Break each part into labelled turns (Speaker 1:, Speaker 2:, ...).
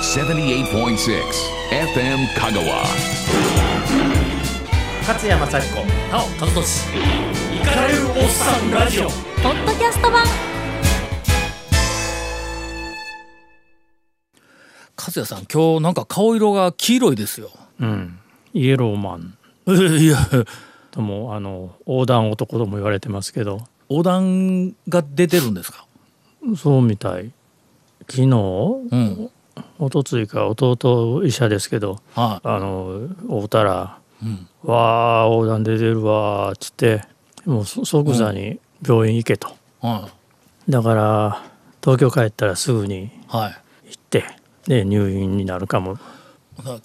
Speaker 1: 78.6 FM Kagawa.
Speaker 2: 勝山幸子
Speaker 3: なお和俊イカれるおっさんラジオ
Speaker 4: ポッドキャスト版
Speaker 3: 和也さん今日なんか顔色が黄色いですよ
Speaker 5: うん、イエローマン
Speaker 3: いや
Speaker 5: ともあの横断男とも言われてますけど
Speaker 3: お団が出てるんですか
Speaker 5: そうみたい昨日一
Speaker 3: うん
Speaker 5: 昨日か弟医者ですけど
Speaker 3: は
Speaker 5: あの会うたら「わあ横断出てるわ」っつってもうそ即座に病院行けと、
Speaker 3: いは
Speaker 5: だから東京帰ったらすぐに
Speaker 3: いはい
Speaker 5: 行ってで入院になるかも
Speaker 3: ほな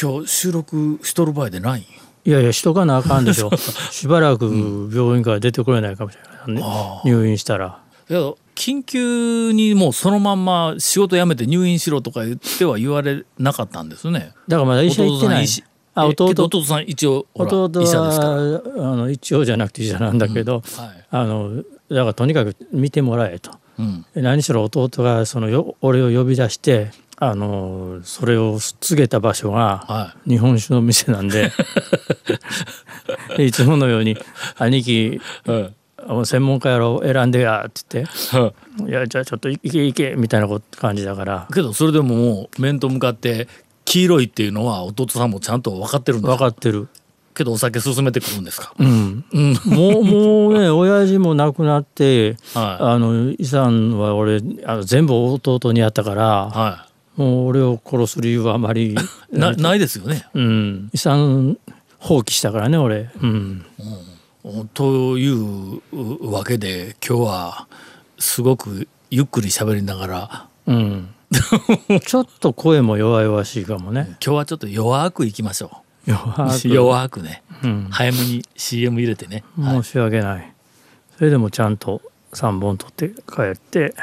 Speaker 3: 今日収録しとる場合でないんよ
Speaker 5: いやいやしとかなあかんで しょしばらく病院から出てこれないかもしれない、ね
Speaker 3: あ
Speaker 5: 入院したら。
Speaker 3: いや緊急にもうそのまんま仕事辞めて入院しろとか言っては言われなかったんですね
Speaker 5: だからまだ医者行ってな
Speaker 3: 弟さん
Speaker 5: い
Speaker 3: 医師
Speaker 5: あ
Speaker 3: えけど
Speaker 5: 弟
Speaker 3: 弟さん一応ほら
Speaker 5: 弟は
Speaker 3: 医者ですから
Speaker 5: あの一応じゃなくて医者なんだけど、
Speaker 3: はい
Speaker 5: あのだからとにかく見てもらえと
Speaker 3: うん
Speaker 5: 何しろ弟がそのよ俺を呼び出してあのそれを告げた場所が
Speaker 3: は
Speaker 5: 日本酒の店な んででいつものように「兄貴
Speaker 3: いはい
Speaker 5: 専門家やろ選んでや」って言って「いやじゃあちょっと行け行け」みたいなこと感じだから
Speaker 3: けどそれでももう面と向かって黄色いっていうのは弟さんもちゃんと分かってるんです
Speaker 5: 分
Speaker 3: か
Speaker 5: かってる。
Speaker 3: けどお酒進めてくるんですか
Speaker 5: うん
Speaker 3: うん
Speaker 5: もうもうね親父も亡くなって、
Speaker 3: は
Speaker 5: あの遺産は俺あの全部弟にやったから、
Speaker 3: は
Speaker 5: もう俺を殺す理由はあま り、
Speaker 3: いなないですよね
Speaker 5: うん、遺産放棄したからね俺、うん、
Speaker 3: というわけで今日はすごくゆっくり喋りながら
Speaker 5: うん、ちょっと声も弱々しいかもね
Speaker 3: 今日はちょっと弱くいきましょ
Speaker 5: 弱
Speaker 3: う
Speaker 5: く
Speaker 3: 弱くね
Speaker 5: うん、
Speaker 3: 早めに CM 入れてね、はい
Speaker 5: 申し訳ないそれでもちゃんと3本取って帰って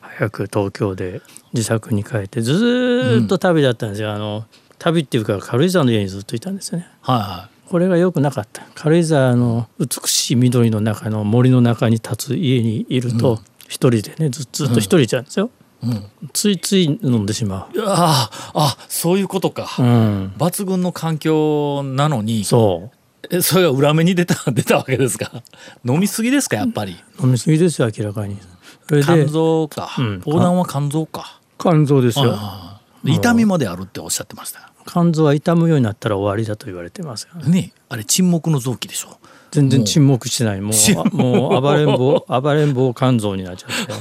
Speaker 5: 早く東京で自宅に帰ってずーっと旅だったんですよ、あの旅っていうか軽井沢の家にずっといたんですよね
Speaker 3: は
Speaker 5: これが良くなかった軽井沢の美しい緑の中の森の中に立つ家にいると、一人でねずずっと一人じゃんですよ、
Speaker 3: いはい、うん、
Speaker 5: ついつい飲んでしま
Speaker 3: いやーあそういうことか、
Speaker 5: ううん
Speaker 3: 抜群の環境なのに
Speaker 5: そ
Speaker 3: えそれが裏目に出た 出たわけですか飲みすぎですかやっぱり
Speaker 5: う飲み過ぎですよ明らかにそれで
Speaker 3: 肝臓か、
Speaker 5: うん
Speaker 3: 横断は肝臓か
Speaker 5: 肝臓ですよ
Speaker 3: ああで痛みまであるっておっしゃってました
Speaker 5: 肝臓は痛むようになったら終わりだと言われてますよね
Speaker 3: ねあれ沈黙の臓器でしょ
Speaker 5: 全然沈黙しないもうあもう暴れん坊暴れん坊肝臓になっち ゃって、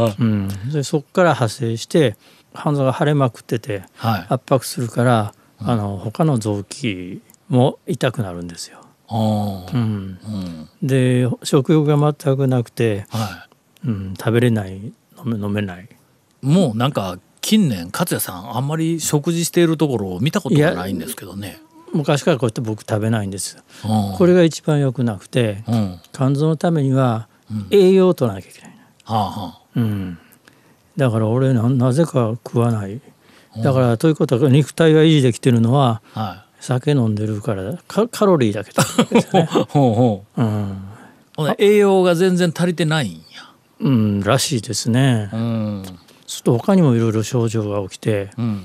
Speaker 3: はい
Speaker 5: うん、でそこから派生して肝臓が腫れまくってて
Speaker 3: はい
Speaker 5: 圧迫するから、あの他の臓器も痛くなるんですよ。
Speaker 3: あ
Speaker 5: う
Speaker 3: あう
Speaker 5: ん、
Speaker 3: ん
Speaker 5: で食欲が全くなくて、
Speaker 3: は
Speaker 5: うん、食べれない飲め飲めない。
Speaker 3: いもうなんか近年勝也さんあんまり食事しているところを見たことがないんですけどね
Speaker 5: 昔からこうやって僕食べないんですよ。
Speaker 3: こ
Speaker 5: これが一番良くなくて
Speaker 3: うんは
Speaker 5: 肝臓のためには栄養を取らなきゃいけない。
Speaker 3: あは
Speaker 5: うん、だから俺ななぜか食わないだからということは肉体が維持できてるのは
Speaker 3: あは
Speaker 5: 酒飲んでるからだカカロリーだけ だ、ね
Speaker 3: い ほうほう
Speaker 5: うん
Speaker 3: ほんで栄養が全然足りてないんや
Speaker 5: うん、らしいですね
Speaker 3: うん
Speaker 5: ちょっと他にもいろいろ症状が起きて
Speaker 3: うん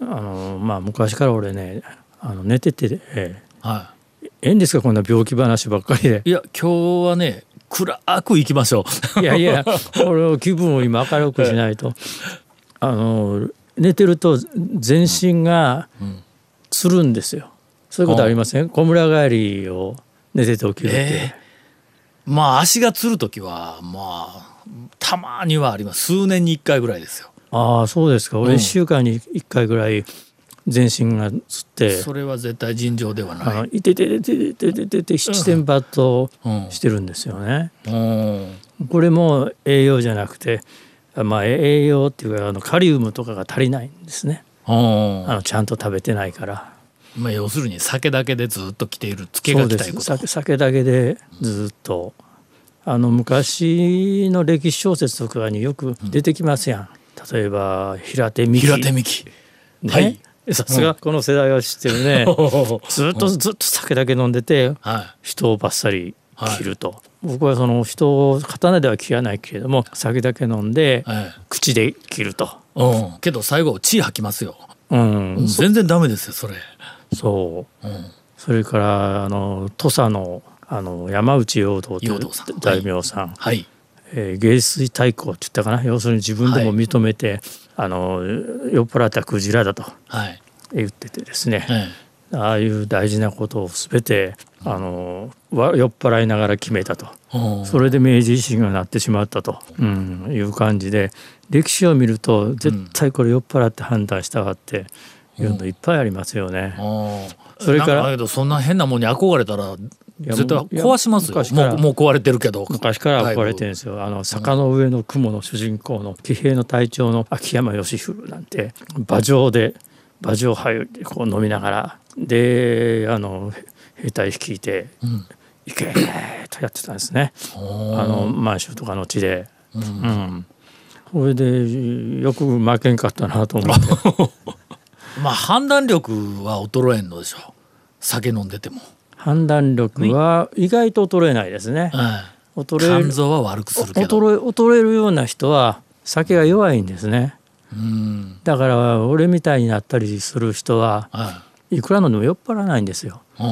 Speaker 5: あの、まあ、昔から俺ねあの寝てて、え
Speaker 3: は
Speaker 5: えええんですかこんな病気話ばっかりで
Speaker 3: いいや今日はね暗くいきま しょう
Speaker 5: いやいや俺は気分を今明るくしないとあの寝てると全身がつるんですよそういうことありません小村帰りを寝てて起きるって、
Speaker 3: えまあ足がつる時はまあたまにはあります数年に1回ぐらいですよ
Speaker 5: ああそうですか俺
Speaker 3: うん
Speaker 5: 1週間に1回ぐらい全身がつって、
Speaker 3: それは絶対尋常では
Speaker 5: あ
Speaker 3: ない
Speaker 5: のいてててててててて七点抜刀
Speaker 3: うん
Speaker 5: してるんですよね。
Speaker 3: うん
Speaker 5: これも栄養じゃなくてあまあ栄養っていうかあのカリウムとかが足りないんですね
Speaker 3: うん
Speaker 5: あのちゃんと食べてないから。
Speaker 3: まあ要するに酒だけでずっと来ているつけ
Speaker 5: そ
Speaker 3: が
Speaker 5: う
Speaker 3: 来
Speaker 5: で
Speaker 3: たい
Speaker 5: す
Speaker 3: こと
Speaker 5: 酒酒だけでずっとあの昔の歴史小説とかによく出てきますやん、例えば平手美紀
Speaker 3: 平手美紀
Speaker 5: ね
Speaker 3: はい
Speaker 5: さすがこの世代は知ってる ねずっとずっと酒だけ飲んでて
Speaker 3: は
Speaker 5: 人をバッサリ切ると、僕はその人を刀では切らないけれども酒だけ飲んで
Speaker 3: いはい
Speaker 5: 口で切ると
Speaker 3: ううん、けど最後血吐きますよ、
Speaker 5: うん、
Speaker 3: 全然ダメですよそれ
Speaker 5: そう、それからあの土佐のあの山内陽道とい
Speaker 3: 陽
Speaker 5: う
Speaker 3: 道さん
Speaker 5: 大名さん、
Speaker 3: はい
Speaker 5: えー芸水対抗って言ったかな要するに自分でも認めて、あの酔っ払ったクジラだと
Speaker 3: はい、
Speaker 5: 言っててですね、
Speaker 3: え
Speaker 5: ああいう大事なことを全てあのわ酔っ払いながら決めたと。
Speaker 3: えうん
Speaker 5: それで明治維新がなってしまったと、うん、いう感じで歴史を見ると絶対これ酔っ払って判断したわっていうのいっぱいありますよね。
Speaker 3: うん
Speaker 5: それから
Speaker 3: なんだけどそんな変なもんに憧れたら
Speaker 5: や
Speaker 3: 絶対
Speaker 5: もういや
Speaker 3: 壊しますよ
Speaker 5: 昔から
Speaker 3: もうもう壊れてるけど
Speaker 5: 昔から憧れてるんですよあの坂の上の雲の主人公の騎兵の隊長の秋山義弘なんて馬上で馬上杯でこう飲みながらであの兵隊率いて「行け!」とやってたんですね、あの満州とかの地で。うんこれでよく負けんかったなと思って
Speaker 3: まあ判断力は衰えんのでしょう酒飲んでても、
Speaker 5: 判断力は意外と衰えないですね
Speaker 3: ええ
Speaker 5: 衰え
Speaker 3: 肝
Speaker 5: る
Speaker 3: 臓は悪くするけど
Speaker 5: 衰え衰えるような人は酒が弱いんですね、
Speaker 3: うん
Speaker 5: だから俺みたいになったりする人は
Speaker 3: はい
Speaker 5: くら飲んでも酔っ払わないんですよ。
Speaker 3: いう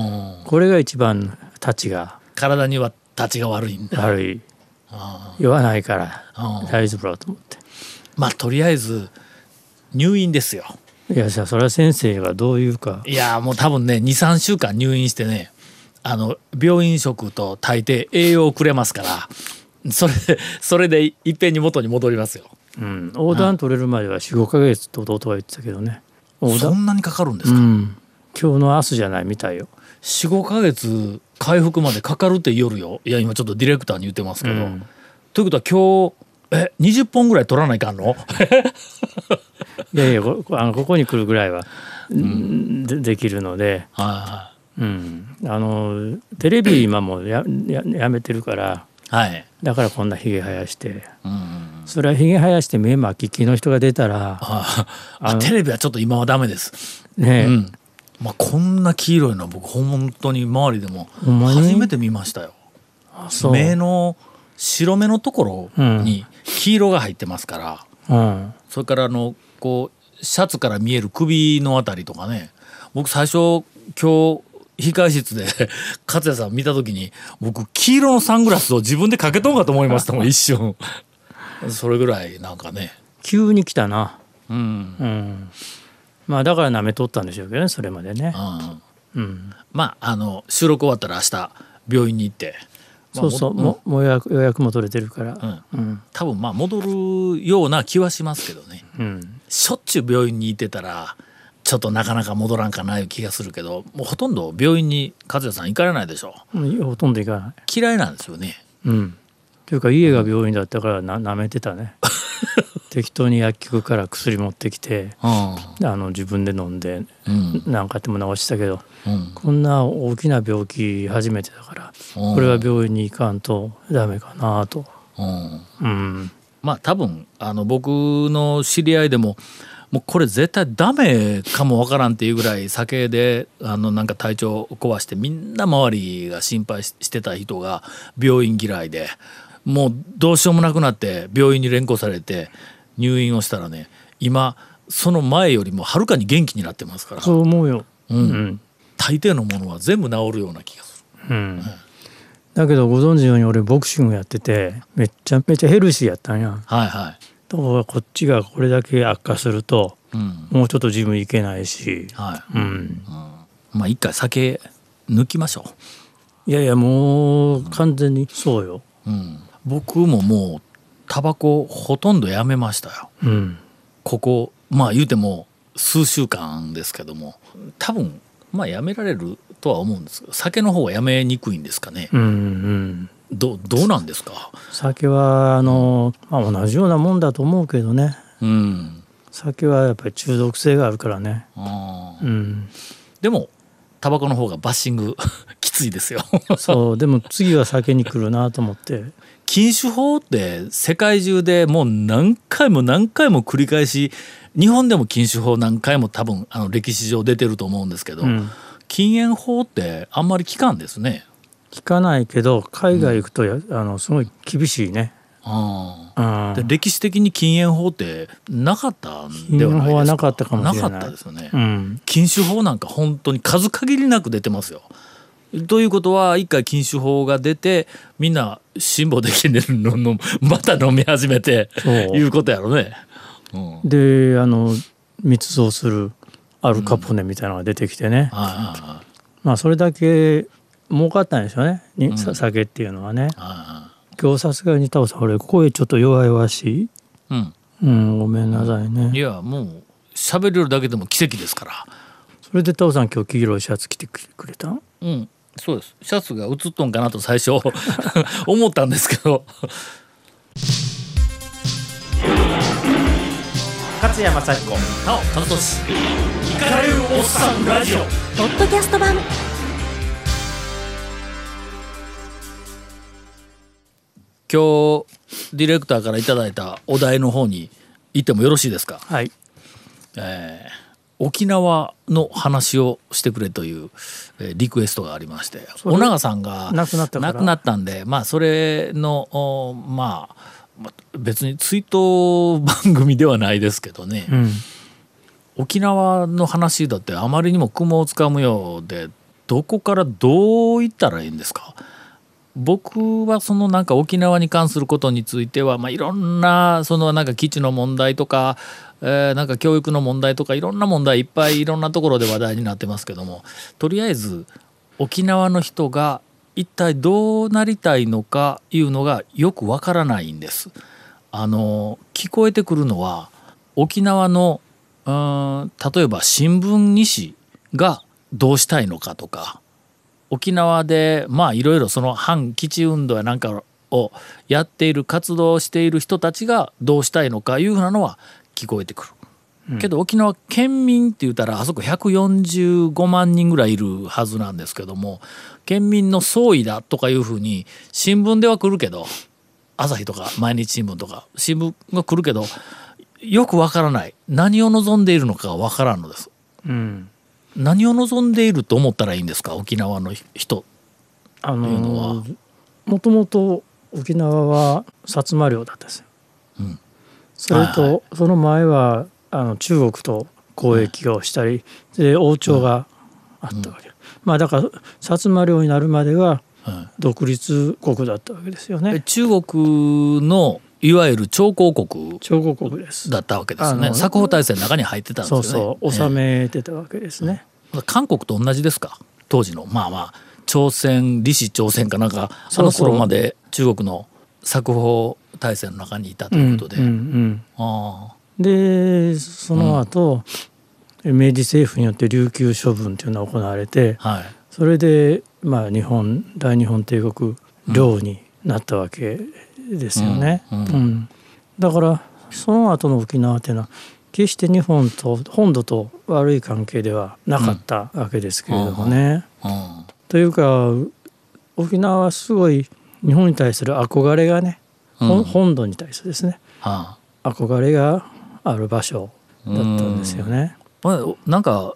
Speaker 3: ん
Speaker 5: これが一番たちが
Speaker 3: 体には立ちが悪いんだ
Speaker 5: 悪い
Speaker 3: あ
Speaker 5: 酔わないから
Speaker 3: うん
Speaker 5: 大丈夫だと思っ
Speaker 3: まあとりあえず入院ですよ
Speaker 5: ていやじゃあそれは先生がどういうか
Speaker 3: いやもう多分ね23週間入院してねあの病院食と大抵栄養をくれますからそれでそれでいっぺんに元に戻りますよ
Speaker 5: うん横断取れるまでは45ヶ月と弟が言ってたけどね横
Speaker 3: そ
Speaker 5: 断
Speaker 3: んなにかかるんです
Speaker 5: う
Speaker 3: か、
Speaker 5: ん今日の明日じゃないみたいよ。
Speaker 3: 45ヶ月回復までかかるって夜よいや今ちょっとディレクターに言ってますけど、
Speaker 5: うん
Speaker 3: ということは今日え20本ぐらい取らないかんの
Speaker 5: いやいやこ こあのここに来るぐらいは、でできるので、
Speaker 3: は
Speaker 5: うん、あのテレビ今もやややめてるから
Speaker 3: いはい、
Speaker 5: だからこんなひげ生やして。
Speaker 3: うん、
Speaker 5: それはひげ生やして目巻き気の人が出たら
Speaker 3: あ
Speaker 5: あ
Speaker 3: あ
Speaker 5: の
Speaker 3: テレビはちょっと今はダメです、
Speaker 5: ねえ、
Speaker 3: うんまあ、こんな黄色いのは僕本当に周りでも
Speaker 5: ほんまに
Speaker 3: 初めて見ましたよ
Speaker 5: そう、
Speaker 3: 目の白目のところに黄色が入ってますから、
Speaker 5: うん、
Speaker 3: それからあのこうシャツから見える首のあたりとかね僕最初今日控え室で 勝也さん見た時に僕黄色のサングラスを自分でかけとんかと思いましたも ん一瞬それぐらいなんかね
Speaker 5: 急に来たな、
Speaker 3: うん、
Speaker 5: うん、まあだから舐めとったんでしょうけどねそれまでね
Speaker 3: う、ん、
Speaker 5: うん、
Speaker 3: まああの収録終わったら明日病院に行って、まあ
Speaker 5: そうそう、
Speaker 3: も
Speaker 5: ももう予約予約も取れてるから、
Speaker 3: うん
Speaker 5: うん
Speaker 3: 多分まあ戻るような気はしますけどね
Speaker 5: うん
Speaker 3: しょっちゅう病院に行ってたらちょっとなかなか戻らんかないう気がするけどもうほとんど病院に和也さん行かれないでしょ
Speaker 5: ほとんど行かない、
Speaker 3: 嫌いなんですよね
Speaker 5: うん、というか家が病院だったからな舐めてたね 適当に薬局から薬持ってきて
Speaker 3: う
Speaker 5: あの自分で飲んで
Speaker 3: ん
Speaker 5: 何かあっても治したけど
Speaker 3: うん
Speaker 5: こんな大きな病気初めてだから
Speaker 3: うん
Speaker 5: これは病院に行かんとダメかなと。
Speaker 3: うん
Speaker 5: うん、
Speaker 3: まあ多分あの僕の知り合いでももうこれ絶対ダメかもわからんっていうぐらい酒であのなんか体調を壊してみんな周りが心配ししてた人が病院嫌いでもうどうしようもなくなって病院に連行されて入院をしたらね今その前よりもはるかに元気になってますから
Speaker 5: そう思うよ、うんうん
Speaker 3: 大抵のものは全部治るような気がす
Speaker 5: だけどご存知のように俺ボクシングやっててめっちゃめちゃヘルシーやったんや
Speaker 3: る。はいはい
Speaker 5: ところがこっちがこれだけ悪化すると
Speaker 3: うん
Speaker 5: もうちょっとジム行けないし、
Speaker 3: はい
Speaker 5: うん、
Speaker 3: まあ一回酒抜きましょう。
Speaker 5: いやいやもう完全にそうよ、
Speaker 3: うん、僕ももうタバコほとんどやめましたよ
Speaker 5: うん、
Speaker 3: ここまあ言うても数週間ですけども多分まあやめられるとは思うんですけど酒の方はやめにくいんですかね
Speaker 5: うんうん
Speaker 3: どどうなんですか
Speaker 5: 酒はあの、まあ、同じようなもんだと思うけどね
Speaker 3: うん
Speaker 5: 酒はやっぱり中毒性があるからね
Speaker 3: あー
Speaker 5: うん
Speaker 3: でもタバコの方がバッシング きついですよ
Speaker 5: そうでも次は酒に来るなと思って
Speaker 3: 禁酒法って世界中でもう何回も何回も繰り返し日本でも禁酒法何回も多分あの歴史上出てると思うんですけど、
Speaker 5: うん
Speaker 3: 禁煙法ってあんまり効かんですね。
Speaker 5: 聞かないけど海外行くとや、あのすごい厳しいね、
Speaker 3: ああ
Speaker 5: うん
Speaker 3: で歴史的に禁煙法ってなかったん
Speaker 5: 禁
Speaker 3: では
Speaker 5: 煙
Speaker 3: ないですか
Speaker 5: 法はなかったかもしれない
Speaker 3: なかったですよね、
Speaker 5: うん
Speaker 3: 禁酒法なんか本当に数限りなく出てますよ。ということは一回禁酒法が出てみんな辛抱できねるののまた飲み始めて
Speaker 5: そう
Speaker 3: いうことやろね。うんはい
Speaker 5: であの密造するアルカポネみたいなのが出てきてね、
Speaker 3: はいはい
Speaker 5: まあそれだけ儲かったんでしょうね、にさ酒っていうのはね
Speaker 3: は
Speaker 5: 今日さすがにタオさん俺声ちょっと弱々しい
Speaker 3: いはい
Speaker 5: うんごめんなさい
Speaker 3: うん、い
Speaker 5: ね
Speaker 3: やもう喋れるだけでも奇跡ですから。
Speaker 5: それでタオさん今日黄色いシャツ着てくれたん
Speaker 3: うんそうですシャツが映っとんかなと最初 思ったんですけど
Speaker 5: 勝山幸子
Speaker 3: なお田中俊イカれるおっさんラジオ
Speaker 2: ポッドキャスト版
Speaker 3: 今日ディレクターからいただいたお題の方に行ってもよろしいですか、
Speaker 5: はい
Speaker 3: えー沖縄の話をしてくれという、えーリクエストがありまして
Speaker 5: れ
Speaker 3: 小長さんが
Speaker 5: 亡くなったから
Speaker 3: 亡くなったんでまあそれのおまあま別に追悼番組ではないですけどね、
Speaker 5: うん
Speaker 3: 沖縄の話だってあまりにも雲をつかむようでどこからどう行ったらいいんですか僕はそのなんか沖縄に関することについては、まあ、いろんなそのなんか基地の問題とか、えーなんか教育の問題とかいろんな問題いっぱいいろんなところで話題になってますけどもとりあえず沖縄の人が一体どうなりたいのかいうのがよくわからないんです。あの聞こえてくるのは沖縄のうーん例えば新聞2紙がどうしたいのかとか沖縄でまあいろいろその反基地運動やなんかをやっている活動をしている人たちがどうしたいのかいうふうなのは聞こえてくる。けど沖縄県民って言ったらあそこ145万人ぐらいいるはずなんですけども県民の総意だとかいうふうに新聞では来るけど朝日とか毎日新聞とか新聞が来るけどよくわからない何を望んでいるのかがわからんのです
Speaker 5: うん
Speaker 3: 何を望んでいると思ったらいいんですか沖縄の人
Speaker 5: あ
Speaker 3: というの
Speaker 5: の
Speaker 3: は
Speaker 5: ーもともと沖縄は薩摩領だったんですよ、
Speaker 3: うん
Speaker 5: それと、
Speaker 3: はい
Speaker 5: その前はあの中国と交易をしたり、で王朝があったわけ、まあだから薩摩領になるまでは
Speaker 3: は
Speaker 5: 独立国だったわけですよ
Speaker 3: え
Speaker 5: ね
Speaker 3: 中国のいわゆる朝貢国
Speaker 5: 長国国です
Speaker 3: だったわけですよ
Speaker 5: あ
Speaker 3: ね
Speaker 5: の
Speaker 3: 作法体制の中に入ってたんです
Speaker 5: そ
Speaker 3: よ
Speaker 5: う
Speaker 3: ね
Speaker 5: そう
Speaker 3: ええ
Speaker 5: 治めてたわけですね、
Speaker 3: 韓国と同じですか当時のまあまあ朝鮮李氏朝鮮かなんかあ
Speaker 5: そう
Speaker 3: の
Speaker 5: そう
Speaker 3: 頃まで中国の作法体制の中にいたと
Speaker 5: う
Speaker 3: いうんことで、
Speaker 5: うんうん
Speaker 3: ああ
Speaker 5: でその後、明治政府によって琉球処分っていうのが行われて、
Speaker 3: はい
Speaker 5: それでまあ日本大日本帝国領になったわけですよね。
Speaker 3: う
Speaker 5: うんん
Speaker 3: うん
Speaker 5: だからその後の沖縄っていうのは決して日本と本土と悪い関係ではなかったわけですけれどもね。
Speaker 3: うん
Speaker 5: というか沖縄はすごい日本に対する憧れがね、ほん
Speaker 3: うん
Speaker 5: 本土に対するですね
Speaker 3: はあ
Speaker 5: 憧れがある場所だったんですよね。
Speaker 3: まあおなんか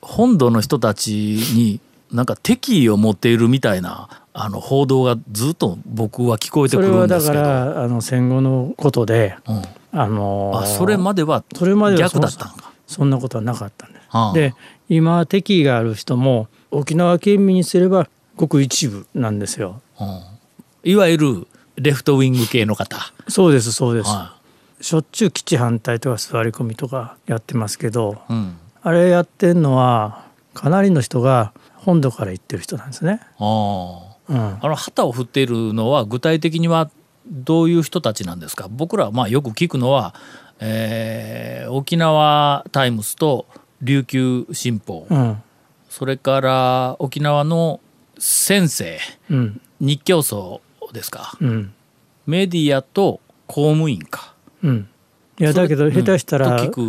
Speaker 3: 本土の人たちになんか敵意を持っているみたいなあの報道がずっと僕は聞こえて
Speaker 5: そ
Speaker 3: く
Speaker 5: れ
Speaker 3: る
Speaker 5: は
Speaker 3: んで
Speaker 5: だ
Speaker 3: す
Speaker 5: か
Speaker 3: けどそ
Speaker 5: らあの戦後のことで、
Speaker 3: うん、
Speaker 5: あの
Speaker 3: あそれまでは
Speaker 5: それまではそ
Speaker 3: 逆だ
Speaker 5: う
Speaker 3: ったんか。
Speaker 5: そんなことはなかったんです。
Speaker 3: はあ
Speaker 5: で今敵意がある人も沖縄県民にすればごく一部なんですよ。
Speaker 3: うんいわゆるレフトウィング系の方。
Speaker 5: そうですそうです、
Speaker 3: は
Speaker 5: しょっちゅう基地反対とか座り込みとかやってますけど
Speaker 3: いうん
Speaker 5: あれやってんのはかなりの人が本土から行ってる人なんですね。
Speaker 3: あ
Speaker 5: うん
Speaker 3: あ、あの旗を振っているのは具体的にはどういう人たちなんですか僕らはまあよく聞くのは、えー沖縄タイムスと琉球新報、
Speaker 5: うん
Speaker 3: それから沖縄の先生
Speaker 5: うん
Speaker 3: 日教組ですか
Speaker 5: うん
Speaker 3: メディアと公務員か
Speaker 5: うんいや
Speaker 3: それ
Speaker 5: だけど下手し
Speaker 3: と
Speaker 5: たら、
Speaker 3: 聞く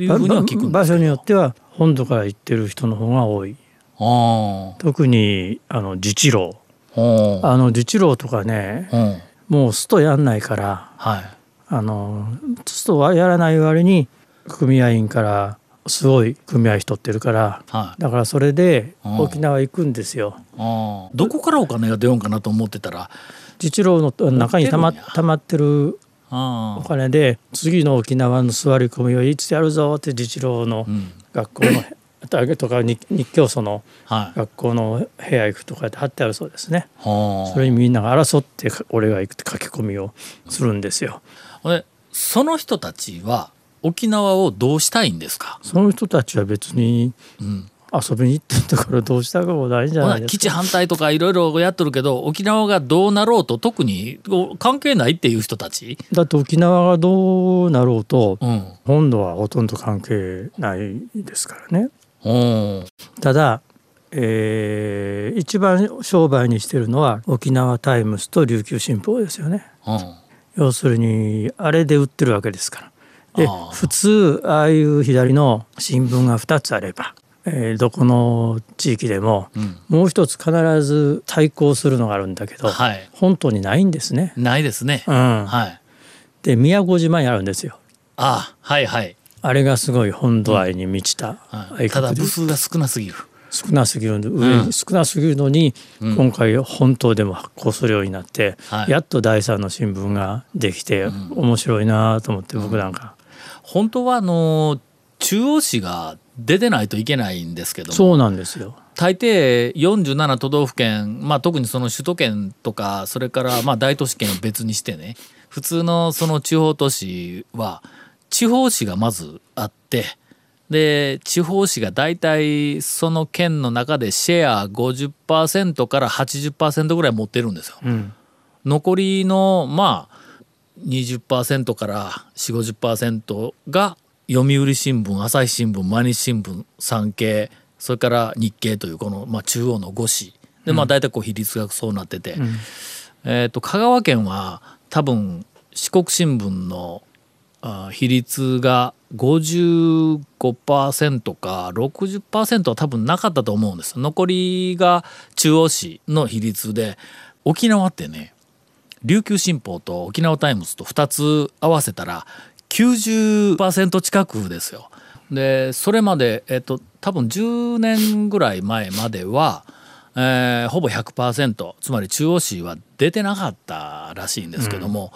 Speaker 3: いうふうには聞くん
Speaker 5: 場
Speaker 3: です
Speaker 5: 所
Speaker 3: けど
Speaker 5: によっては本土から行ってる人の方が多い
Speaker 3: あ
Speaker 5: 特にあの自治労
Speaker 3: あうん
Speaker 5: あの自治労とかね
Speaker 3: うん
Speaker 5: もうストやんないから
Speaker 3: はい
Speaker 5: あのストはやらない割に組合員からすごい組合人ってるから
Speaker 3: はい
Speaker 5: だからそれで
Speaker 3: うん
Speaker 5: 沖縄行くんですよ。
Speaker 3: ああどこからお金が出ようかなと思ってたら
Speaker 5: 自治郎の中にたま
Speaker 3: 持ってるんや
Speaker 5: 溜まってる
Speaker 3: あ
Speaker 5: お金で次の沖縄の座り込みをいつやるぞって自治郎の
Speaker 3: ん
Speaker 5: 学校のあとか日日教祖の
Speaker 3: あはい
Speaker 5: 学校の部屋行くとかって貼ってあるそうですね。
Speaker 3: ほ
Speaker 5: それにみんなが争ってか俺が行くって書き込みをするんですよ。
Speaker 3: うでその人たちは沖縄をどうしたいんですか、
Speaker 5: その人たちは別に
Speaker 3: うん、
Speaker 5: 遊びに行ってんだからどうしたかもないんじゃ
Speaker 3: ほ
Speaker 5: な
Speaker 3: ない
Speaker 5: です
Speaker 3: 基
Speaker 5: か。
Speaker 3: 地反対とかいろいろやっとるけど沖縄がどうなろうと特にこう関係ないっていう人たち、
Speaker 5: だって沖縄がどうなろうと
Speaker 3: うん
Speaker 5: 本土はほとんど関係ないですからね。
Speaker 3: うん
Speaker 5: ただ、えー一番商売にしてるのは沖縄タイムズと琉球新報ですよね。
Speaker 3: うん
Speaker 5: 要するにあれで売ってるわけですから。で
Speaker 3: あー
Speaker 5: 普通ああいう左の新聞が2つあれば、えーどこの地域でも、もう一つ必ず対抗するのがあるんだけど、
Speaker 3: はい
Speaker 5: 本当にないんですね。
Speaker 3: ないですね、
Speaker 5: うん、
Speaker 3: はい
Speaker 5: で宮古島にあるんですよ。
Speaker 3: ああはいはい、
Speaker 5: あれがすごい本土愛に満ちた
Speaker 3: は
Speaker 5: 愛
Speaker 3: い、た
Speaker 5: 国
Speaker 3: だ
Speaker 5: で
Speaker 3: 部数が少なすぎる
Speaker 5: 少なすぎるんで上に、少なすぎるのに、今回本島でも発行するようになって、
Speaker 3: はい
Speaker 5: やっと第三の新聞ができて、面白いなと思って僕なんか、
Speaker 3: 本当はあの中央市が出てないといけないんですけども
Speaker 5: そうなんですよ。
Speaker 3: 大抵47都道府県、まあ、特にその首都圏とかそれからまあ大都市圏を別にしてね普通のその地方都市は地方市がまずあってで地方市が大体その県の中でシェア50%から80%ぐらい持ってるんですよ。
Speaker 5: うん
Speaker 3: 残りのまあ20%から4050%が読売新聞朝日新聞毎日新聞産経それから日経というこの、まあ、中央の5市で、まあ、大体こう比率がそうなってて、えー、と香川県は多分四国新聞のあー比率が55%か60%は多分なかったと思うんです残りが中央市の比率で沖縄ってね琉球新報と沖縄タイムズと2つ合わせたら90%近くですよ。でそれまで、えっと、多分10年ぐらい前までは、えーほぼ100%つまり中央市は出てなかったらしいんですけども、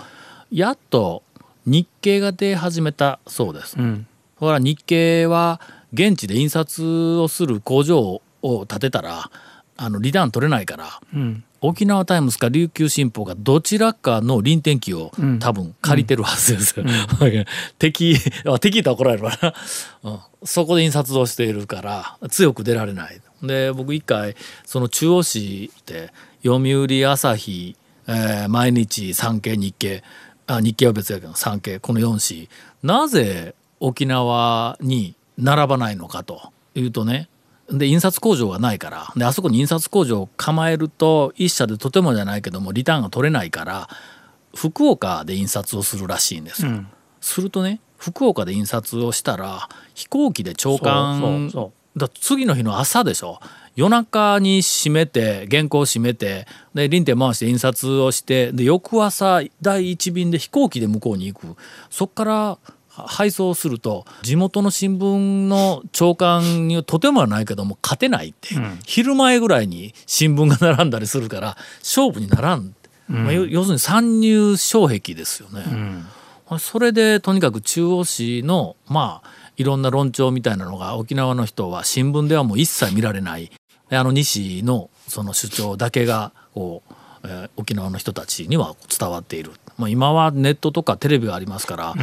Speaker 3: やっと日経が出始めたそうです。
Speaker 5: うん
Speaker 3: ほら日経は現地で印刷をする工場を建てたらあのリターン取れないから
Speaker 5: うん
Speaker 3: 沖縄タイムズか琉球新報がどちらかの臨転機を
Speaker 5: ん
Speaker 3: 多分借りてるはずです。 敵あ敵と怒られるわな、 うんそこで印刷をしているから強く出られない。で僕一回その中央市って読売朝日、えー毎日産経日経あ日経は別やけど産経この4市なぜ沖縄に並ばないのかというとねで印刷工場がないからであそこに印刷工場を構えると一社でとてもじゃないけどもリターンが取れないから福岡で印刷をするらしいんですよ、
Speaker 5: うん
Speaker 3: するとね福岡で印刷をしたら飛行機で長
Speaker 5: そう
Speaker 3: 官
Speaker 5: そう
Speaker 3: だ次の日の朝でしょ夜中に閉めて原稿を閉めてで臨転回して印刷をしてで翌朝第一便で飛行機で向こうに行くそっからは配送すると地元の新聞の朝刊にとてもはないけども勝てないって、昼前ぐらいに新聞が並んだりするから勝負にならんって、まあ、よ要するに参入障壁ですよね。
Speaker 5: うん
Speaker 3: それでとにかく中央市のまあいろんな論調みたいなのが沖縄の人は新聞ではもう一切見られないであの西のその主張だけがこう、えー沖縄の人たちには伝わっている、まあ、今はネットとかテレビがありますから、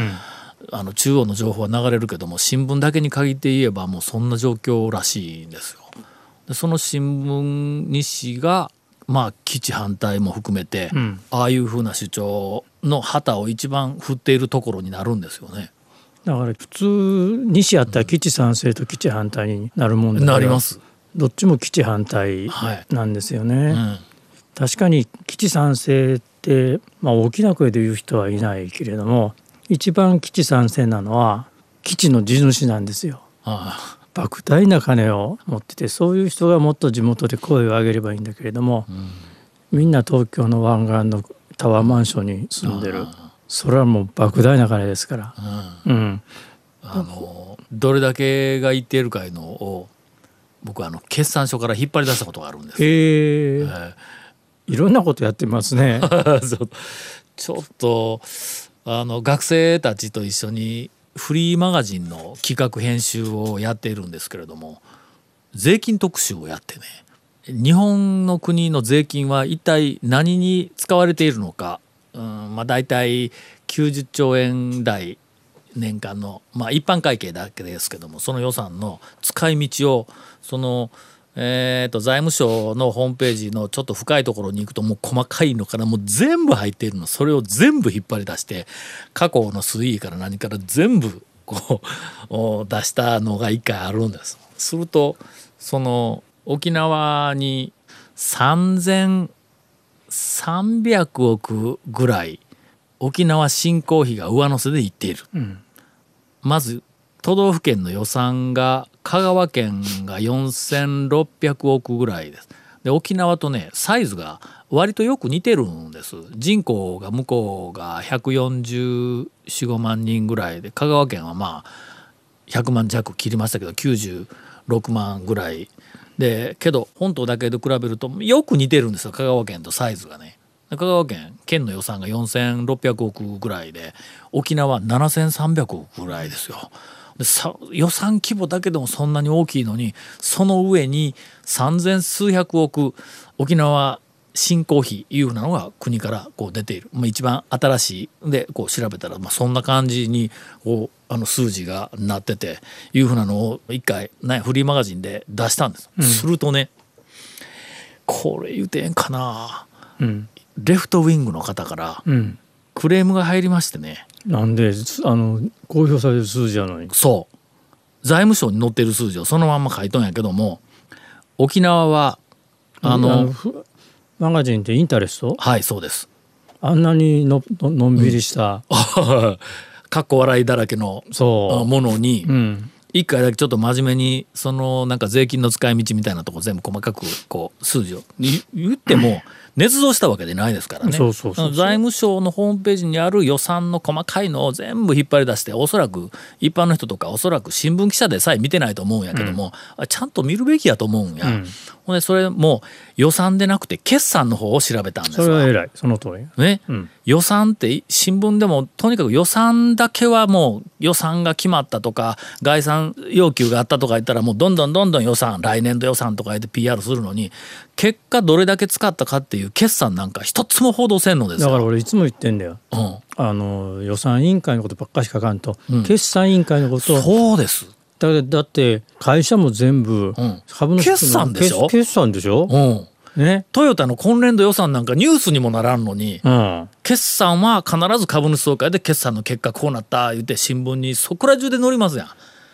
Speaker 3: あの中央の情報は流れるけども新聞だけに限って言えばもうそんな状況らしいんですよ。でその新聞西がまあ基地反対も含めて、
Speaker 5: ん
Speaker 3: ああいうふうな主張の旗を一番振っているところになるんですよね。
Speaker 5: だから普通西やったら基地賛成と基地反対になるもんだから
Speaker 3: なります。
Speaker 5: どっちも基地反対
Speaker 3: はい
Speaker 5: なんですよね。
Speaker 3: うん、
Speaker 5: 確かに基地賛成って、まあ、大きな声で言う人はいないけれども一番基地賛成なのは基地の地主なんですよ。
Speaker 3: あ
Speaker 5: 莫大な金を持っててそういう人がもっと地元で声を上げればいいんだけれども、みんな東京の湾岸のタワーマンションに住んでるそれはもう莫大な金ですから、
Speaker 3: あ、
Speaker 5: うん、
Speaker 3: うん、あのどれだけが言っているかいうのを僕はあの決算書から引っ張り出したことがあるんです。
Speaker 5: え
Speaker 3: え
Speaker 5: ー
Speaker 3: ー
Speaker 5: いろんなことやってます ね
Speaker 3: そうちょっとあの学生たちと一緒にフリーマガジンの企画編集をやっているんですけれども税金特集をやってね日本の国の税金は一体何に使われているのか、うんまあ、大体90兆円台年間の、まあ、一般会計だけですけどもその予算の使い道をその、えーと財務省のホームページのちょっと深いところに行くともう細かいのからもう全部入っているのそれを全部引っ張り出して過去の推移から何から全部こう お出したのが一回あるんです。するとその沖縄に3300億ぐらい沖縄振興費が上乗せでいっている、まず都道府県の予算が香川県が4600億ぐらいですで沖縄とねサイズが割とよく似てるんです人口が向こうが1445万人ぐらいで香川県はまあ100万弱切りましたけど96万ぐらいでけど本島だけで比べるとよく似てるんですよ香川県とサイズがね。で香川県県の予算が4,600億ぐらいで沖縄7,300億ぐらいですよ。でさ予算規模だけでもそんなに大きいのにその上に3,000数百億沖縄振興費いうふうなのが国からこう出ている、まあ、一番新しいでこう調べたらまあそんな感じにこうあの数字がなってていうふうなのを一回、ね、フリーマガジンで出したんです、するとねこれ言うてええんかな
Speaker 5: うん
Speaker 3: レフトウィングの方から
Speaker 5: うん
Speaker 3: クレームが入りましてね
Speaker 5: なんであの公表される数字やのに
Speaker 3: そう財務省に載ってる数字をそのまんま書いとんやけども沖縄はあの、
Speaker 5: ふマガジンってインタレスト
Speaker 3: はいそうです
Speaker 5: あんなにのののんびりした、
Speaker 3: かっこ笑いだらけのあ
Speaker 5: そ
Speaker 3: ものに、
Speaker 5: う、うん、
Speaker 3: 一回だけちょっと真面目にそのなんか税金の使い道みたいなとこ全部細かくこう数字をい言っても捏造したわけでないですからね
Speaker 5: そうそうそうそう
Speaker 3: あの財務省のホームページにある予算の細かいのを全部引っ張り出しておそらく一般の人とかおそらく新聞記者でさえ見てないと思うんやけども、あちゃんと見るべきやと思うんや、
Speaker 5: うん
Speaker 3: ほんでそれも予算でなくて決算の方を調べたんです
Speaker 5: そ
Speaker 3: わ
Speaker 5: れは偉いその通り
Speaker 3: ね、
Speaker 5: うん
Speaker 3: 予算って新聞でもとにかく予算だけはもう予算が決まったとか概算要求があったとか言ったらもうどんどんどんどん予算来年度予算とか言って PR するのに結果どれだけ使ったかっていう決算なんか一つも報道せんのです
Speaker 5: だ
Speaker 3: よ。
Speaker 5: から俺いつも言ってんだよ
Speaker 3: うん、
Speaker 5: あの予算委員会のことばっかりしか書かんと、
Speaker 3: うん
Speaker 5: 決算委員会のこと
Speaker 3: そうです。
Speaker 5: だだって会社も全部
Speaker 3: うん
Speaker 5: 株主
Speaker 3: 決算でしょ
Speaker 5: 決決算でしょ、
Speaker 3: うん
Speaker 5: ね
Speaker 3: トヨタの今年度予算なんかニュースにもならんのに
Speaker 5: うん
Speaker 3: 決算は必ず株主総会で決算の結果こうなった言って新聞にそこら中で載りますやん。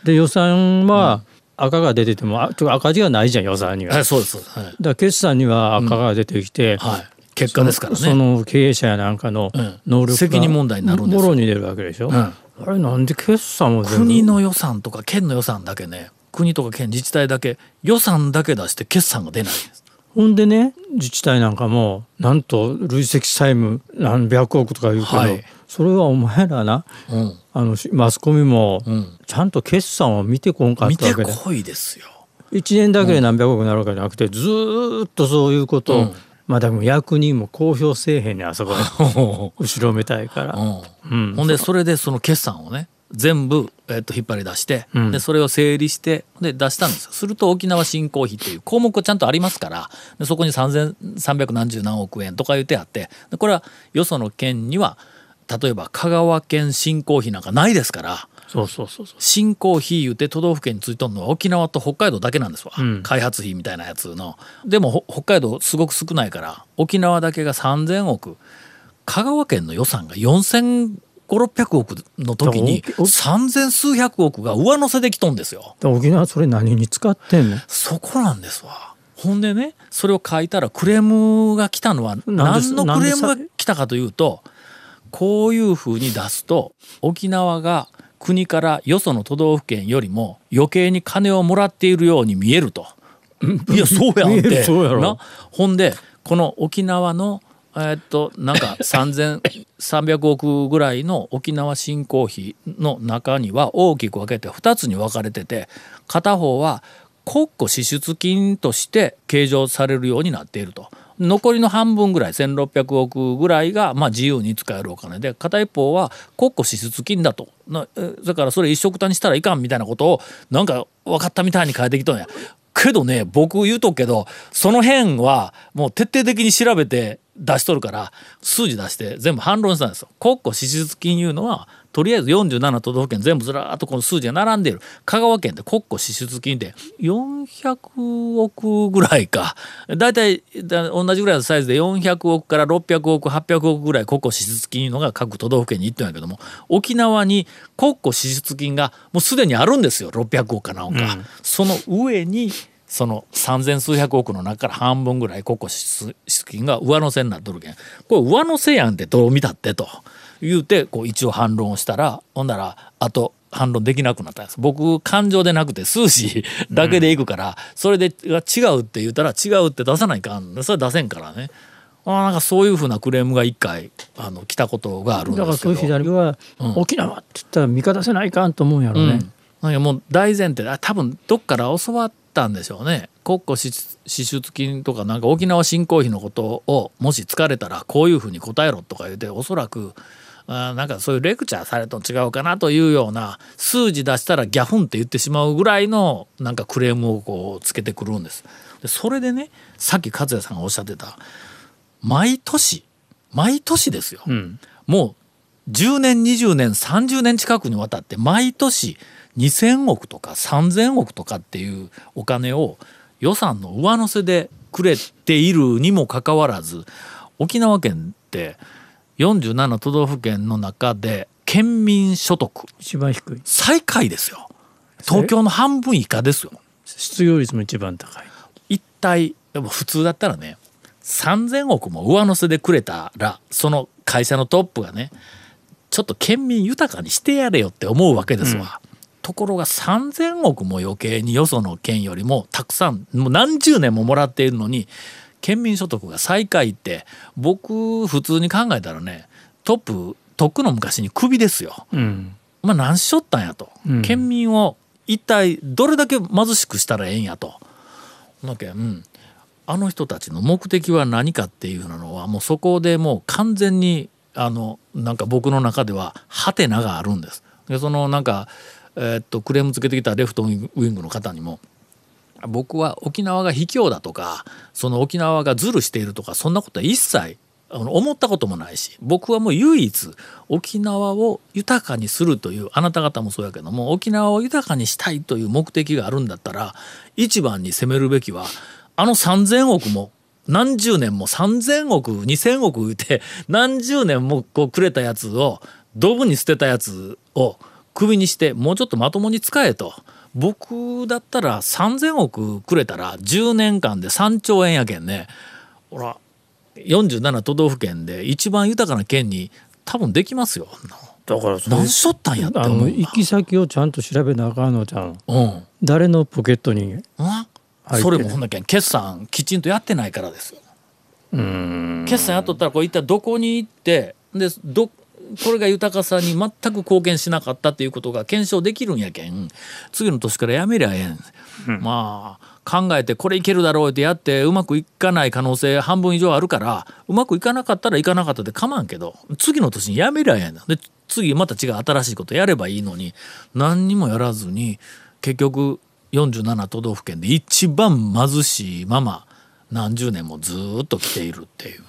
Speaker 5: で予算は赤が出ててもあちょ赤字がないじゃん予算には、
Speaker 3: は
Speaker 5: だ
Speaker 3: いそうです。はい
Speaker 5: から決算には赤が出てきて、
Speaker 3: はい、結果ですからね。
Speaker 5: その経営者やなんかの
Speaker 3: うん
Speaker 5: 能力が
Speaker 3: 責任問題になるんですよ
Speaker 5: もろに出るわけでしょ、
Speaker 3: ん
Speaker 5: あれなんで決算も全部
Speaker 3: 国の予算とか県の予算だけね国とか県自治体だけ予算だけ出して決算が出ないんです
Speaker 5: ほんでね自治体なんかもなんと累積債務何百億とか言うけど、
Speaker 3: はい
Speaker 5: それはお前らな
Speaker 3: うん
Speaker 5: あのしマスコミも
Speaker 3: ん
Speaker 5: ちゃんと決算を見てこんかっ
Speaker 3: 見
Speaker 5: たわ
Speaker 3: て
Speaker 5: けで、
Speaker 3: こいですよ
Speaker 5: 一1年だけで何百億になるわけじゃなくてずーっとそういうことを、
Speaker 3: うん
Speaker 5: まあでも役人も公表せえへんねんあそこは
Speaker 3: う
Speaker 5: 後ろめたいから。
Speaker 3: ん
Speaker 5: うん
Speaker 3: ほんでそれでその決算をね全部、えっと引っ張り出して、
Speaker 5: うん
Speaker 3: でそれを整理してで出したんですよすると沖縄振興費っていう項目がちゃんとありますからでそこに3300何十何億円とか言ってあってでこれはよその県には例えば香川県振興費なんかないですから。
Speaker 5: そうそうそうそう
Speaker 3: 振興費言うて都道府県についとんのは沖縄と北海道だけなんですわ、
Speaker 5: うん
Speaker 3: 開発費みたいなやつのでもほ北海道すごく少ないから沖縄だけが3,000億香川県の予算が4,500600億の時に
Speaker 5: だからおき
Speaker 3: 3,000数百億が上乗せできとんですよ。
Speaker 5: で沖縄それ何に使ってんの
Speaker 3: そこなんですわほんでねそれを書いたらクレームが来たのは
Speaker 5: なんで
Speaker 3: 何のクレーム
Speaker 5: な
Speaker 3: が
Speaker 5: んでさ
Speaker 3: 来たかというとこういうふうに出すと沖縄が国からよその都道府県よりも余計に金をもらっているように見えると。いやそうや んっ
Speaker 5: 見え
Speaker 3: て
Speaker 5: るそうやろ
Speaker 3: なほんでこの沖縄のえーっとなんか 3,300億ぐらいの沖縄振興費の中には大きく分けて2つに分かれてて片方は国庫支出金として計上されるようになっていると。残りの半分ぐらい1600億ぐらいが、まあ、自由に使えるお金で片一方は国庫支出金だとなえだからそれ一緒くたにしたらいかんみたいなことをなんか分かったみたいに変えてきとんやけどね僕言うとくけどその辺はもう徹底的に調べて出しとるから数字出して全部反論したんですよ。国庫支出金いうのはとりあえず47都道府県全部ずらーっとこの数字が並んでいる香川県で国庫支出金で400億ぐらいかだいたいだ同じぐらいのサイズで400億から600億800億ぐらい国庫支出金いうのが各都道府県に行ってんやけども沖縄に国庫支出金がもうすでにあるんですよ600億かなんか、その上にその3,000数百億の中から半分ぐらい国庫支出金が上乗せになっとるけんこれ上乗せやんってどう見たってと言うてこう一応反論をしたらほんならあと反論できなくなったんです僕感情でなくて数字だけでいくから、それでが違うって言ったら違うって出さないかんそれは出せんからねあなんかそういうふうなクレームが一回あの来たことがあるんですけ
Speaker 5: だ
Speaker 3: ど
Speaker 5: からそういう左は、沖縄って言ったら味方せないかんと思うんやろね、
Speaker 3: なんかもう大前提であ多分どっから教わったんでしょうね国庫支出支出金とかなんか沖縄振興費のことをもし疲れたらこういうふうに答えろとか言っておそらくあーなんかそういうレクチャーされたの違うかなというような数字出したらギャフンって言ってしまうぐらいのなんかクレームをこうつけてくるんです。でそれでねさっき勝也さんがおっしゃってた毎年毎年ですよ。
Speaker 5: うん
Speaker 3: もう10年20年30年近くにわたって毎年2,000億とか3,000億とかっていうお金を予算の上乗せでくれているにもかかわらず沖縄県って47都道府県の中で県民所得
Speaker 5: 一番低い
Speaker 3: 最下位ですよ東京の半分以下ですよ
Speaker 5: 失業率も一番高い
Speaker 3: 一体でも普通だったらね3,000億も上乗せでくれたらその会社のトップがねちょっと県民豊かにしてやれよって思うわけですわ。ところが3,000億も余計によその県よりもたくさんもう何十年ももらっているのに県民所得が最下位って僕普通に考えたらねトップとっくの昔にクビですよ。
Speaker 5: うん
Speaker 3: まあ、何しよったんやと、
Speaker 5: うん
Speaker 3: 県民を一体どれだけ貧しくしたらええんやと。なけんうんあの人たちの目的は何かっていうのはもうそこでもう完全にあのなんか僕の中ではハテナがあるんです。でそのなんか、えーっとクレームつけてきたレフトウィングの方にも僕は沖縄が卑怯だとかその沖縄がズルしているとかそんなことは一切あの思ったこともないし僕はもう唯一沖縄を豊かにするというあなた方もそうやけども沖縄を豊かにしたいという目的があるんだったら一番に攻めるべきはあの3,000億も何十年も3,000億2,000億言うて 何十年もこうくれたやつをドブに捨てたやつをクビにしてもうちょっとまともに使えと僕だったら3,000億くれたら10年間で3兆円やけんねほら47都道府県で一番豊かな県に多分できますよ。
Speaker 5: だからそ
Speaker 3: 何しとったんやって
Speaker 5: あ
Speaker 3: 思
Speaker 5: の
Speaker 3: う
Speaker 5: 行き先をちゃんと調べなあかんのじゃん
Speaker 3: うん
Speaker 5: 誰のポケットに
Speaker 3: うん、それもほんなけん決算きちんとやってないからですよ。
Speaker 5: うん
Speaker 3: 決算やっとったらこれ一体どこに行ってでどこれが豊かさに全く貢献しなかったっていうことが検証できるんやけん次の年からやめりゃええん、まあ考えてこれいけるだろうってやってうまくいかない可能性半分以上あるからうまくいかなかったらいかなかったで構わんけど次の年にやめりゃええんだで次また違う新しいことやればいいのに何にもやらずに結局47都道府県で一番貧しいまま何十年もずーっと来ているっていう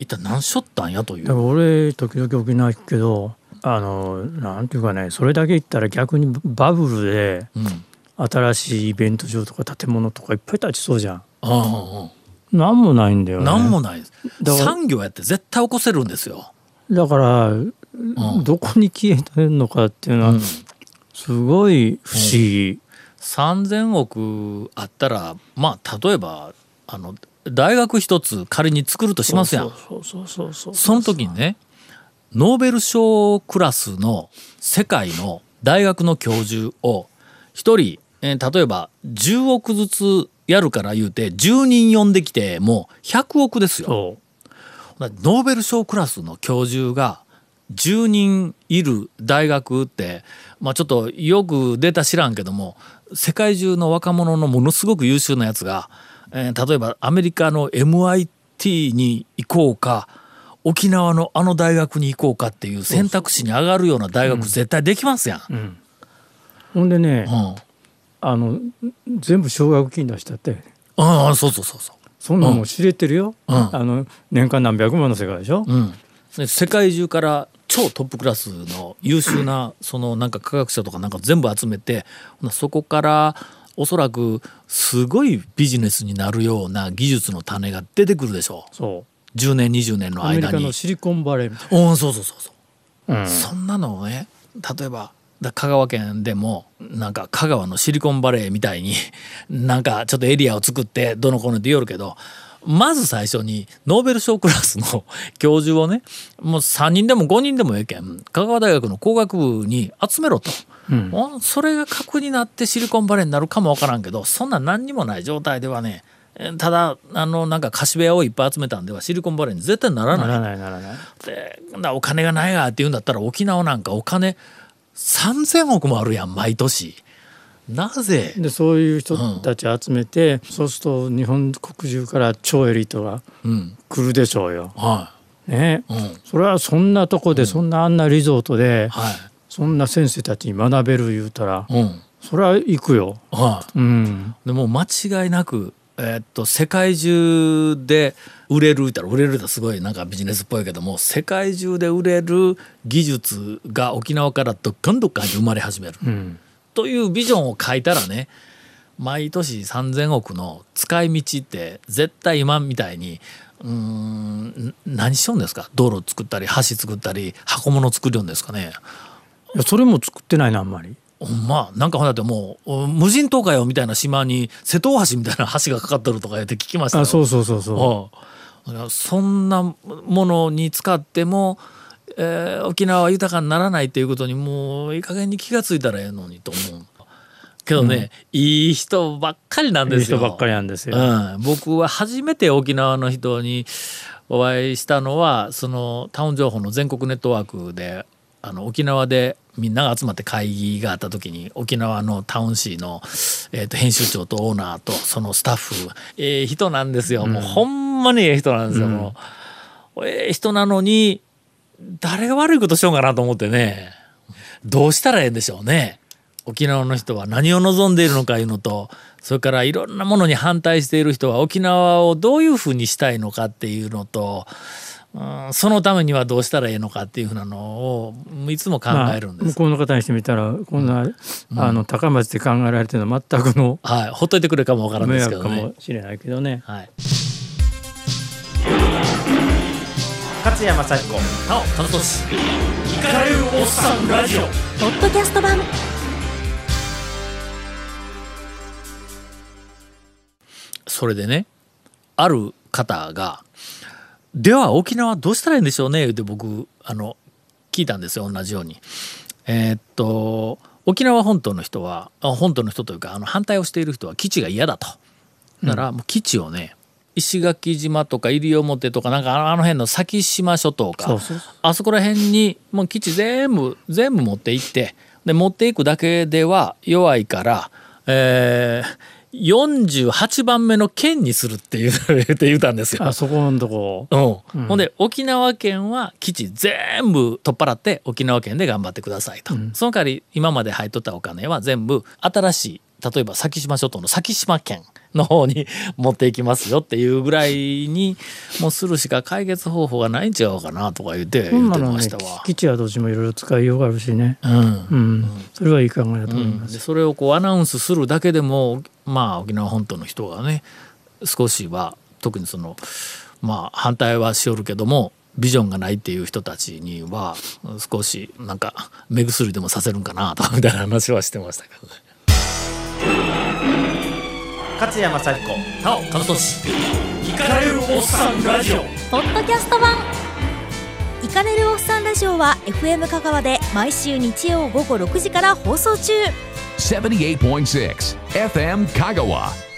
Speaker 3: 一体何しょったんやとい
Speaker 5: だか
Speaker 3: う
Speaker 5: ら俺時々沖縄行くけどあのなんていうかねそれだけ行ったら逆にバブルで
Speaker 3: うん
Speaker 5: 新しいイベント場とか建物とかいっぱい建ちそうじゃん
Speaker 3: あ
Speaker 5: なんもないんだよ
Speaker 3: あ
Speaker 5: ね
Speaker 3: 何もないです
Speaker 5: だから
Speaker 3: 産業やって絶対起こせるんですよ
Speaker 5: だから、どこに消えてんのかっていうのは、すごい不思議、
Speaker 3: 3,000億あったらまあ例えばあの大学一つ仮に作るとしますやん
Speaker 5: そうそうそうそう
Speaker 3: その時にねノーベル賞クラスの世界の大学の教授を1人、えー例えば10億ずつやるから言うて10人呼んできてもう100億ですよ。
Speaker 5: そ
Speaker 3: ノーベル賞クラスの教授が10人いる大学って、まあ、ちょっとよくデータ知らんけども世界中の若者のものすごく優秀なやつが、えー例えばアメリカの MIT に行こうか沖縄のあの大学に行こうかっていう選択肢に上がるような大学絶対できますやん。
Speaker 5: ほんでね、
Speaker 3: うん
Speaker 5: あの全部奨学金出したって
Speaker 3: ああそうそうそうそ
Speaker 5: そんなもん知れてるよ、
Speaker 3: うん
Speaker 5: あの年間何百万の世界でしょ、
Speaker 3: う、うん、で世界中から超トップクラスの優秀なそのなんか科学者とかなんか全部集めてほなそこからおそらくすごいビジネスになるような技術の種が出てくるでしょ
Speaker 5: そう
Speaker 3: 10年20年
Speaker 5: う
Speaker 3: の
Speaker 5: アメリ
Speaker 3: 間
Speaker 5: カ
Speaker 3: に
Speaker 5: のシリコンバレーみたい
Speaker 3: うんそうそうそうそう
Speaker 5: な、
Speaker 3: そんなのをね例えばだ香川県でもなんか香川のシリコンバレーみたいに なんかちょっとエリアを作ってどのこうのって言おるけどまず最初にノーベル賞クラスの 教授をねもう3人でも5人でもええけん香川大学の工学部に集めろと、
Speaker 5: うん
Speaker 3: おそれが核になってシリコンバレーになるかもわからんけどそんな何にもない状態ではねえーただあのなんか貸し部屋をいっぱい集めたんではシリコンバレーに絶対ならない
Speaker 5: ならないならない
Speaker 3: ってなお金がないわって言うんだったら沖縄なんかお金3,000億もあるやん毎年なぜ
Speaker 5: でそういう人たち集めて、そうすると日本国中から超エリートが
Speaker 3: うん
Speaker 5: 来るでしょうよ。
Speaker 3: は
Speaker 5: ね、
Speaker 3: いうん
Speaker 5: それはそんなとこで、そんなあんなリゾートで、
Speaker 3: は
Speaker 5: そんな先生たちに学べる言うたら、
Speaker 3: いうん
Speaker 5: それは行くよ。
Speaker 3: は
Speaker 5: うん、
Speaker 3: いでもう間違いなくえーっと世界中で売れる言ったら売れるってすごいなんかビジネスっぽいけども世界中で売れる技術が沖縄からどっかんどっかに生まれ始める
Speaker 5: うん、
Speaker 3: というビジョンを書いたらね毎年3,000億の使い道って絶対今みたいにうーんん何しようんですか道路作ったり橋作ったり箱物作るんですかね
Speaker 5: いやそれも作ってないなあんまり。
Speaker 3: ほんまなんかほんだってもうお無人島かよみたいな島に瀬戸大橋みたいな橋がかかっとるとか言って聞きましたよ
Speaker 5: あ、そうそうそうそ
Speaker 3: うんだからそんなものに使っても、えー沖縄は豊かにならないっていうことにもういい加減に気がついたらええのにと思うけどね、いい人ばっかりなん
Speaker 5: う。いい
Speaker 3: ですよ
Speaker 5: 人ばっかりなんですよ。
Speaker 3: うん、僕は初めて沖縄の人にお会いしたのはそのタウン情報の全国ネットワークであの沖縄でみんなが集まって会議があった時に沖縄のタウン市の、えー、と編集長とオーナーとそのスタッフええ人なんですよ、もうほんまにええ人なんですよ、もうええ人なのに誰が悪いことしようかなと思ってねどうしたらええんでしょうね沖縄の人は何を望んでいるのかいうのとそれからいろんなものに反対している人は沖縄をどういうふうにしたいのかっていうのと、うん、そのためにはどうしたらええのかっていうふうなのをいつも考
Speaker 5: まあ
Speaker 3: えるんで
Speaker 5: 向
Speaker 3: す。
Speaker 5: こうの方にしてみたらこんな、あの高松で考えられてるのは全くの
Speaker 3: はい、ほっといてくれるかもわからんで
Speaker 5: 迷
Speaker 3: すけ
Speaker 5: 惑
Speaker 3: ど
Speaker 5: か
Speaker 3: ね
Speaker 5: も。しれないけどね。
Speaker 3: はい、
Speaker 5: 勝山幸子
Speaker 3: なお、たとし。イカれるおっさんラジオ。
Speaker 2: ポッドキャスト版
Speaker 3: それでねある方が「では沖縄どうしたらいいんでしょうね」って僕あの聞いたんですよ同じように。えーっと沖縄本島の人はあ本島の人というかあの反対をしている人は基地が嫌だと。だからもう基地をね石垣島とか西表とかなんかあのあの辺の先島諸島か
Speaker 5: そうそうそ
Speaker 3: あそこら辺にもう基地全部全部持って行ってで持っていくだけでは弱いから、えー、48番目の県にするっていう って言ったんですよ。
Speaker 5: あそこのとこ
Speaker 3: うん、ほんで沖縄県は基地全部取っ払って沖縄県で頑張ってくださいと、その代わり今まで入っとったお金は全部新しい例えば先島諸島の先島県の方に 持っていきますよっていうぐらいにもうするしか解決方法がないん違うかなとか言って
Speaker 5: そん
Speaker 3: 言っ
Speaker 5: な
Speaker 3: て
Speaker 5: の
Speaker 3: ま
Speaker 5: ね
Speaker 3: したわ。
Speaker 5: 基地はどっちもいろいろ使いようがあるしね、
Speaker 3: うん
Speaker 5: うん、それはいい考えだと思い
Speaker 3: うん
Speaker 5: ま。
Speaker 3: ですそれをこうアナウンスするだけでもまあ沖縄本島の人がね少しは特にそのまあ反対はしおるけどもビジョンがないっていう人たちには少しなんか目薬でもさせるんかなとかみたいな話はしてましたけどね。
Speaker 5: 勝山幸子
Speaker 3: なお、カトシ。かれるおっさんラジオ。
Speaker 2: ポッドキャスト版イカれるおっさんラジオは FM 香川で毎週日曜午後6時から放送中
Speaker 1: 78.6 FM Kagawa.